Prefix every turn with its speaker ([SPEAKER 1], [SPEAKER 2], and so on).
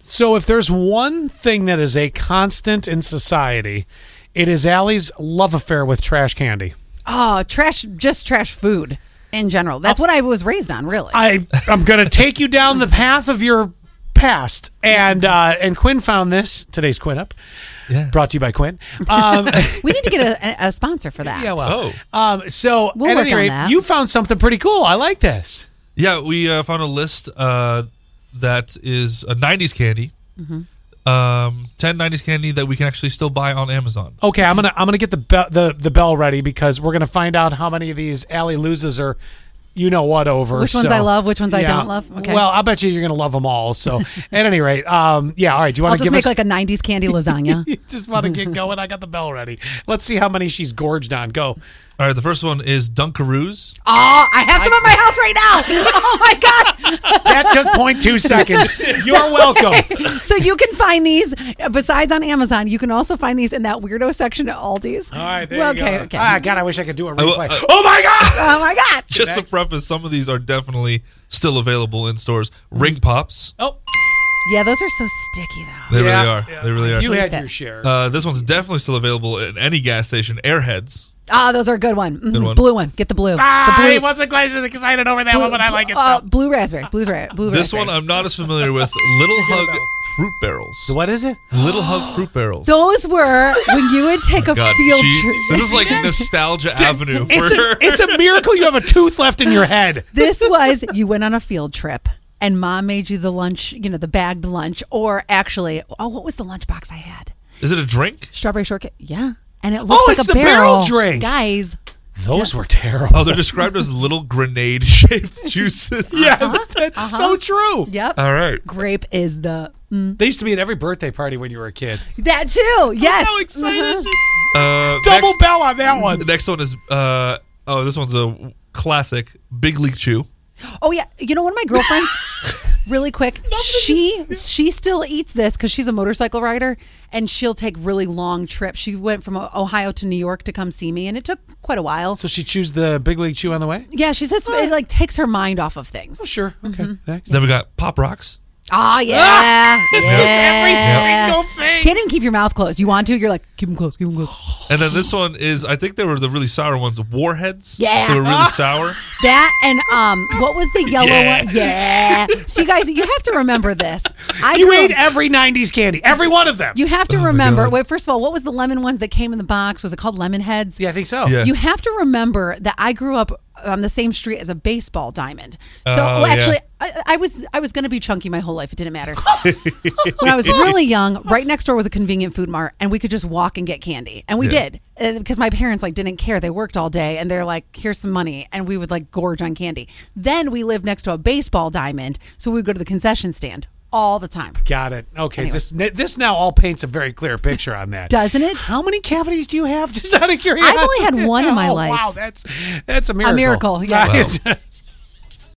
[SPEAKER 1] So, if there's one thing that is a constant in society, it is Allie's love affair with trash candy.
[SPEAKER 2] Oh, trash, just trash food in general. That's what I was raised on, really.
[SPEAKER 1] Oh. I I'm gonna take you down the path of your past, and uh, and Quinn found this today's Quinn up.
[SPEAKER 3] Yeah.
[SPEAKER 1] Brought to you by Quinn. Um,
[SPEAKER 2] we need to get a, a sponsor for that.
[SPEAKER 1] yeah, well,
[SPEAKER 3] Oh.
[SPEAKER 1] um, so
[SPEAKER 2] We'll
[SPEAKER 1] at
[SPEAKER 2] work
[SPEAKER 1] any
[SPEAKER 2] on
[SPEAKER 1] rate,
[SPEAKER 2] that.
[SPEAKER 1] you found something pretty cool. I like this.
[SPEAKER 3] Yeah, we uh, found a list uh, that is a 90s candy.
[SPEAKER 1] Mm-hmm.
[SPEAKER 3] Um, 10 90s candy that we can actually still buy on Amazon.
[SPEAKER 1] Okay, I'm gonna I'm gonna get the bell the, the bell ready because we're gonna find out how many of these Allie loses are you know what over
[SPEAKER 2] Which ones
[SPEAKER 1] so-
[SPEAKER 2] I love, which ones I don't love? Okay.
[SPEAKER 1] Well, I bet you you're gonna love them all. So at any rate, um, yeah. All right, do you
[SPEAKER 2] I'll
[SPEAKER 1] want to
[SPEAKER 2] just
[SPEAKER 1] give us
[SPEAKER 2] make like a 90s candy lasagna.
[SPEAKER 1] You just want to get going. I got the bell ready. Let's see how many she's gorged on. Go.
[SPEAKER 3] All right, the first one is Dunkaroos.
[SPEAKER 2] oh, I have some at my house right now. Oh, my God.
[SPEAKER 1] That took 0.2 seconds. You're welcome.
[SPEAKER 2] Oh, so you can find these uh, besides on Amazon. You can also find these in that weirdo section at Aldi's. All
[SPEAKER 1] right, there
[SPEAKER 2] okay,
[SPEAKER 1] you go.
[SPEAKER 2] okay.
[SPEAKER 1] Ah, God, I wish I could do a
[SPEAKER 3] will-
[SPEAKER 1] replay.
[SPEAKER 3] I-
[SPEAKER 1] oh my God!
[SPEAKER 2] oh my God!
[SPEAKER 3] Just to preface, some of these are definitely still available in stores. Ring Pops.
[SPEAKER 1] Oh,
[SPEAKER 2] Yeah, those are so sticky though.
[SPEAKER 3] They
[SPEAKER 1] yeah,
[SPEAKER 3] really are.
[SPEAKER 1] yeah.
[SPEAKER 3] They really are.
[SPEAKER 1] You had
[SPEAKER 2] that.
[SPEAKER 1] your share.
[SPEAKER 3] uh, this one's definitely still available at any gas station. Airheads.
[SPEAKER 2] Ah, those are a good one. Mhm.
[SPEAKER 3] Good one.
[SPEAKER 2] Blue one. Get the blue.
[SPEAKER 1] ah,
[SPEAKER 2] the blue.
[SPEAKER 1] I wasn't quite as excited over that one, but I like it.
[SPEAKER 2] blue- uh,
[SPEAKER 1] so.
[SPEAKER 2] blue raspberry. Blue, ra- blue
[SPEAKER 3] This
[SPEAKER 2] raspberry.
[SPEAKER 3] one I'm not as familiar with. Little Hug
[SPEAKER 1] about-
[SPEAKER 3] Fruit
[SPEAKER 2] uh,
[SPEAKER 3] Barrels.
[SPEAKER 1] What is it?
[SPEAKER 3] Little Hug Fruit Barrels.
[SPEAKER 2] Those were when you would take a
[SPEAKER 3] Oh, God,
[SPEAKER 2] field
[SPEAKER 3] she-
[SPEAKER 2] trip.
[SPEAKER 3] this is like nostalgia avenue for
[SPEAKER 1] It's
[SPEAKER 3] her.
[SPEAKER 1] a, it's a miracle you have a tooth left in your head.
[SPEAKER 2] This was you went on a field trip. And mom made you the lunch, you know, the bagged lunch, or actually, oh, what was the lunchbox I had?
[SPEAKER 3] Is it a drink?
[SPEAKER 2] Strawberry shortcake. Yeah, and it looks like
[SPEAKER 1] it's
[SPEAKER 2] a
[SPEAKER 1] the barrel
[SPEAKER 2] barrel
[SPEAKER 1] drink.
[SPEAKER 2] guys.
[SPEAKER 1] Those were terrible.
[SPEAKER 3] Oh, they're described as little grenade shaped juices.
[SPEAKER 1] yes, that's
[SPEAKER 2] Uh-huh.
[SPEAKER 1] so true.
[SPEAKER 2] Yep.
[SPEAKER 3] All right.
[SPEAKER 2] grape is the
[SPEAKER 1] They used to be at every birthday party when you were a kid.
[SPEAKER 2] that too. Yes.
[SPEAKER 1] How excited!
[SPEAKER 2] Uh-huh.
[SPEAKER 1] she-
[SPEAKER 3] Uh,
[SPEAKER 1] Double
[SPEAKER 3] next,
[SPEAKER 1] bell on that one.
[SPEAKER 3] next one is uh oh, this one's a classic Big League Chew.
[SPEAKER 2] Oh yeah, you know one of my girlfriends. really quick, she she still eats this because she's a motorcycle rider and she'll take really long trips. She went from O- Ohio to New York to come see me, and it took quite a while.
[SPEAKER 1] So she chews the big league chew on the way. Oh,
[SPEAKER 2] yeah, she says it like takes her mind off of things.
[SPEAKER 1] Sure. Okay. Next.
[SPEAKER 3] Then we got Pop Rocks.
[SPEAKER 2] Ah, yeah,
[SPEAKER 1] every
[SPEAKER 2] yeah.
[SPEAKER 1] single thing.
[SPEAKER 2] Can't even keep your mouth closed. You want to? You're like keep them closed, keep them closed.
[SPEAKER 3] And then this one is I think they were the really sour ones, Warheads.
[SPEAKER 2] Yeah.
[SPEAKER 3] They were really sour.
[SPEAKER 2] That and um, what was the yellow
[SPEAKER 3] Yeah.
[SPEAKER 2] one? Yeah. So you guys, you have to remember this. I
[SPEAKER 1] You
[SPEAKER 2] grew-
[SPEAKER 1] ate every '90s candy, every one of them.
[SPEAKER 2] You have to
[SPEAKER 3] Oh my
[SPEAKER 2] remember.
[SPEAKER 3] God.
[SPEAKER 2] Wait, first of all, what was the lemon ones that came in the box? Was it called lemon heads?
[SPEAKER 1] yeah, I think so.
[SPEAKER 3] Yeah.
[SPEAKER 2] You have to remember that I grew up on the same street as a baseball diamond. So well,
[SPEAKER 3] Oh, yeah.
[SPEAKER 2] actually, I, I was I was going to be chunky my whole life. It didn't matter. when I was really young, right next door was a convenient food mart, and we could just walk and get candy, and we
[SPEAKER 3] Yeah.
[SPEAKER 2] did because my parents like didn't care. They worked all day, and they're like, "Here's some money," and we would like gorge on candy. Then we lived next to a baseball diamond, so we would go to the concession stand all the time.
[SPEAKER 1] Got it. Okay. This this now all paints a very clear picture on that,
[SPEAKER 2] Doesn't it?
[SPEAKER 1] How many cavities do you have? Just out of curiosity,
[SPEAKER 2] only had one in my
[SPEAKER 1] Oh,
[SPEAKER 2] life.
[SPEAKER 1] Wow, that's that's a miracle.
[SPEAKER 2] miracle, yeah.
[SPEAKER 1] That is-